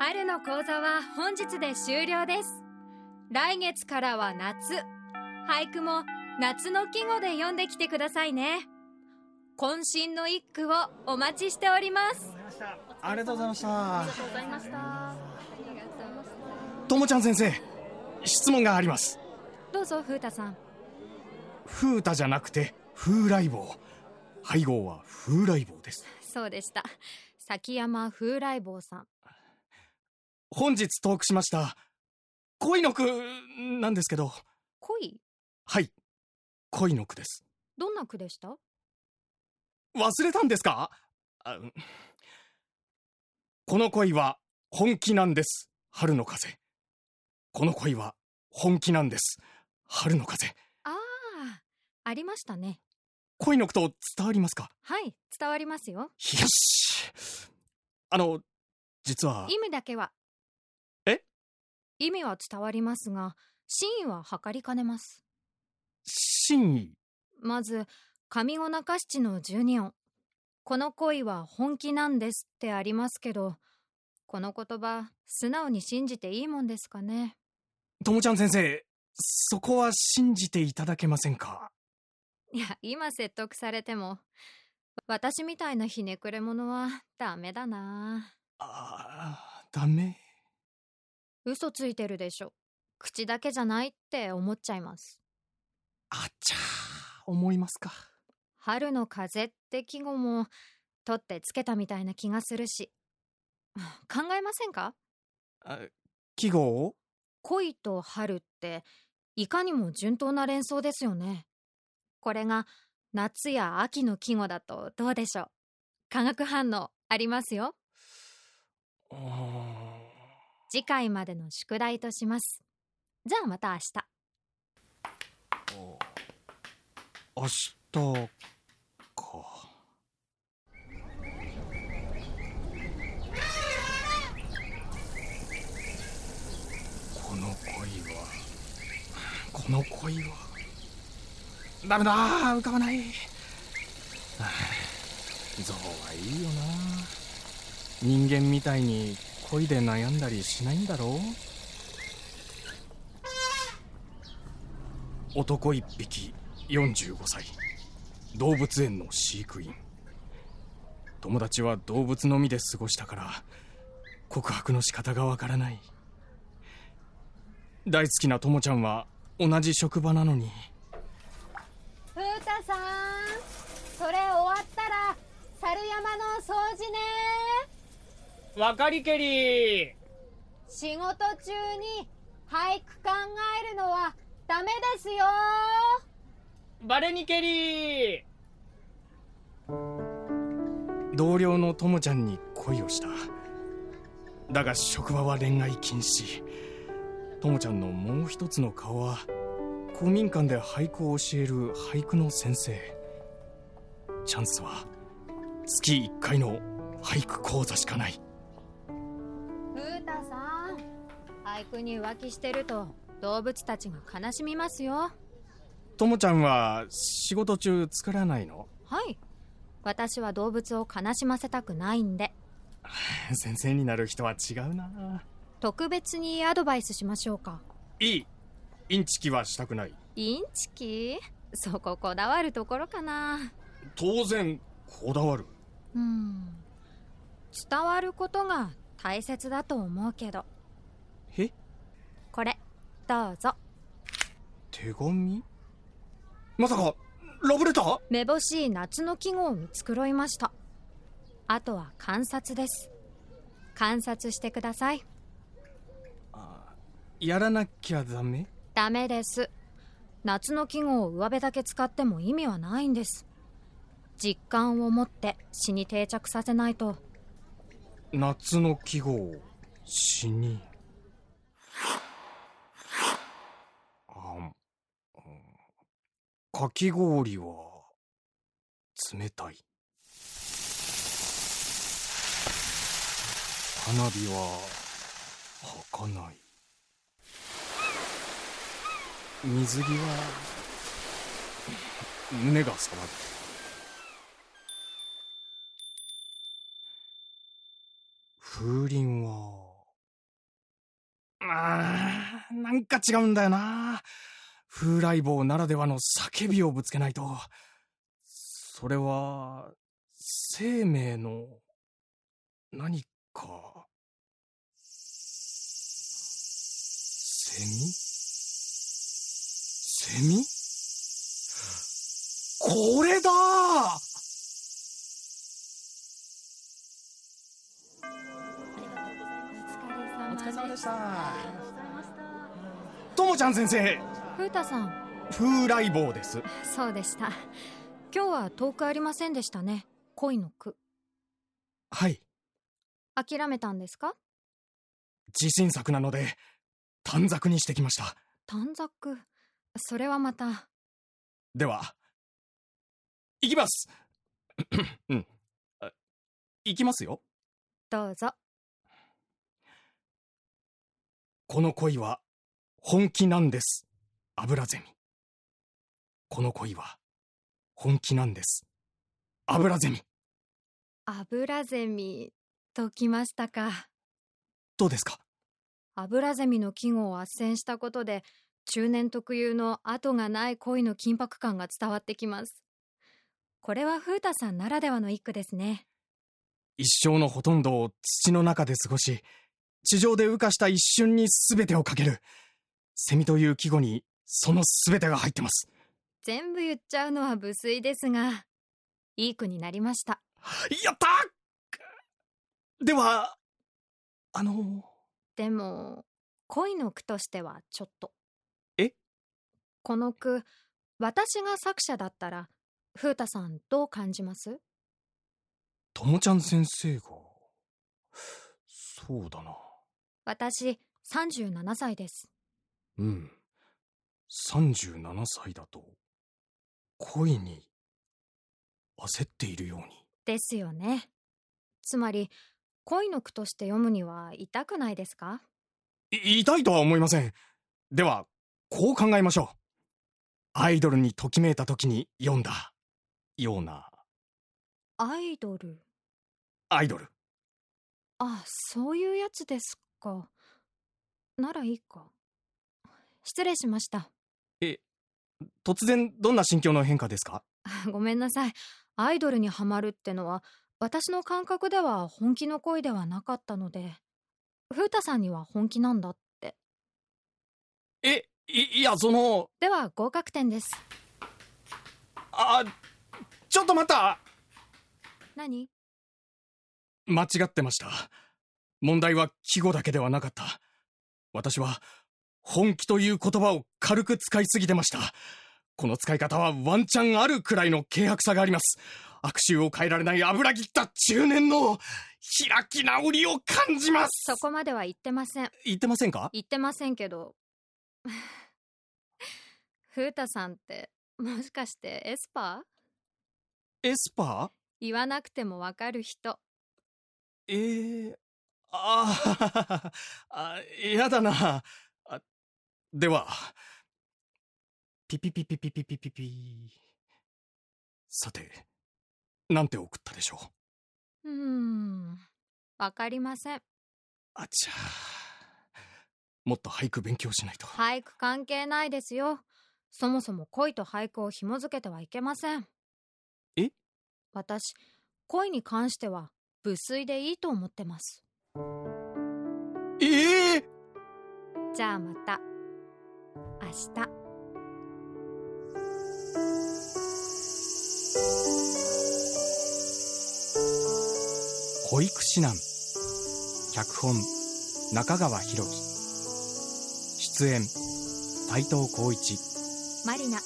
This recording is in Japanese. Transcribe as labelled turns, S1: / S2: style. S1: 春の講座は本日で終了です来月からは夏俳句も夏の季語で読んできてくださいね渾身の一句をお待ちしております
S2: ありがとうございました
S3: ありがとうございました
S2: ともちゃん先生質問があります
S1: どうぞ風太さん
S2: 風太じゃなくて風来坊配合は風来坊です
S1: そうでした崎山風来坊さん
S2: 本日トークしました恋の句なんですけど
S1: 恋
S2: はい恋の句です
S1: どんな句でした
S2: 忘れたんですかあうんこの恋は本気なんです春の風この恋は本気なんです春の風
S1: ああありましたね
S2: 恋の句と伝わりますか
S1: はい伝わりますよ
S2: よしあの実は
S1: 意味だけは
S2: え
S1: 意味は伝わりますが真意は測りかねます
S2: 真意
S1: まず上五中七の十二音この恋は本気なんですってありますけどこの言葉素直に信じていいもんですかね
S2: ともちゃん先生そこは信じていただけませんか
S1: いや今説得されても私みたいなひねくれ者はダメだな
S2: あーダメ
S1: 嘘ついてるでしょ口だけじゃないって思っちゃいます
S2: あちゃー思いますか
S1: 春の風って季語も取ってつけたみたいな気がするし 考えませんか
S2: あ季語を
S1: 恋と春っていかにも順当な連想ですよねこれが夏や秋の季語だとどうでしょう化学反応ありますよ
S2: うーん
S1: 次回までの宿題としますじゃあまた明日
S2: 明日かこの恋はこの恋は ダメだ浮かばないはあ象はいいよな人間みたいに恋で悩んだりしないんだろう男一匹45歳動物園の飼育員友達は動物のみで過ごしたから告白の仕方がわからない大好きなともちゃんは同じ職場なのに
S4: 風太さんそれ終わったら猿山の掃除ね
S5: わかりけり
S4: 仕事中に俳句考えるのはダメですよ
S5: バレにけり
S2: 同僚のともちゃんに恋をしただが職場は恋愛禁止ともちゃんのもう一つの顔は公民館で俳句を教える俳句の先生チャンスは月1回の俳句講座しかない
S4: 風太さん
S1: 俳句に浮気してると動物たちが悲しみますよ
S2: ともちゃんは仕事中作らないの
S1: はい私は動物を悲しませたくないんで
S2: 先生になる人は違うな
S1: 特別にアドバイスしましょうか
S2: いいインチキはしたくない
S1: インチキそここだわるところかな
S2: 当然こだわる
S1: うん伝わることが大切だと思うけど
S2: え
S1: これどうぞ
S2: 手紙まさかラブレター
S1: めぼしい夏の季語を見繕いましたあとは観察です観察してください
S2: やらなきゃダメ
S1: ダメです夏の季語を上辺だけ使っても意味はないんです実感を持って詩に定着させないと
S2: 夏の季語を詩にあうんかき氷は冷たい花火は儚かない水着は胸が騒ぐ風鈴はあーなんか違うんだよな。風来坊ならではの叫びをぶつけないと。それは、生命の、何か、セミセミこれだ
S1: お疲れ様でした
S2: ともちゃん先生
S1: 風太さん
S2: 風来坊です
S1: そうでした今日は遠くありませんでしたね恋の句
S2: はい
S1: 諦めたんですか
S2: 自信作なので短冊にしてきました
S1: 短冊それはまた
S2: では行きます うんあ行きますよ
S1: どうぞ
S2: この恋は本気なんです油ゼミこの恋は本気なんです油ゼミ
S1: 油ゼミときましたか
S2: どうですか
S1: 油ゼミの季語を斡旋したことで中年特有の後がない恋の緊迫感が伝わってきますこれは風太さんならではの一句ですね
S2: 一生のほとんどを土の中で過ごし地上で羽化した一瞬に全てをかけるセミという季語にその全てが入ってます
S1: 全部言っちゃうのは無粋ですがいい句になりました
S2: やったーではあの
S1: でも恋の句としてはちょっと
S2: え
S1: この句私が作者だったら風太さんどう感じます
S2: ともちゃん先生がそうだな
S1: 私37歳です
S2: うん37歳だと恋に焦っているように
S1: ですよねつまり恋の句として読むには痛くないですか
S2: い痛いとは思いません。では、こう考えましょう。アイドルにときめいた時に読んだ、ような、
S1: アイドル
S2: アイドル。
S1: あそういうやつですかならいいか失礼しました
S2: 突然、どんな心境の変化ですか
S1: ごめんなさいアイドルにはまるってのは私の感覚では本気の恋ではなかったので風太さんには本気なんだって
S2: え、い、いや、その、
S1: では合格点です
S2: あ、ちょっと待った
S1: 何
S2: 間違ってました。問題は季語だけではなかった。私は、本気という言葉を軽く使いすぎてました。この使い方はワンチャンあるくらいの軽薄さがあります。悪臭を変えられない油切った中年の開き直りを感じます
S1: そこまでは言ってません
S2: 言ってませんか
S1: 言ってませんけど 風太さんってもしかしてエスパー
S2: エスパー
S1: 言わなくてもわかる人
S2: えー、あー あ、やだな。あでは、ピピピピピピピピピ。さて、なんて送ったでしょう。
S1: うーんわかりません
S2: あちゃー。もっと俳句勉強しないと。
S1: 俳句関係ないですよそもそも恋と俳句を紐づけてはいけません
S2: え
S1: 私恋に関しては無粋でいいと思ってます
S2: ええー
S1: じゃあまた明日
S2: 保育指南脚本中川博樹出演斎藤浩一
S1: マリナ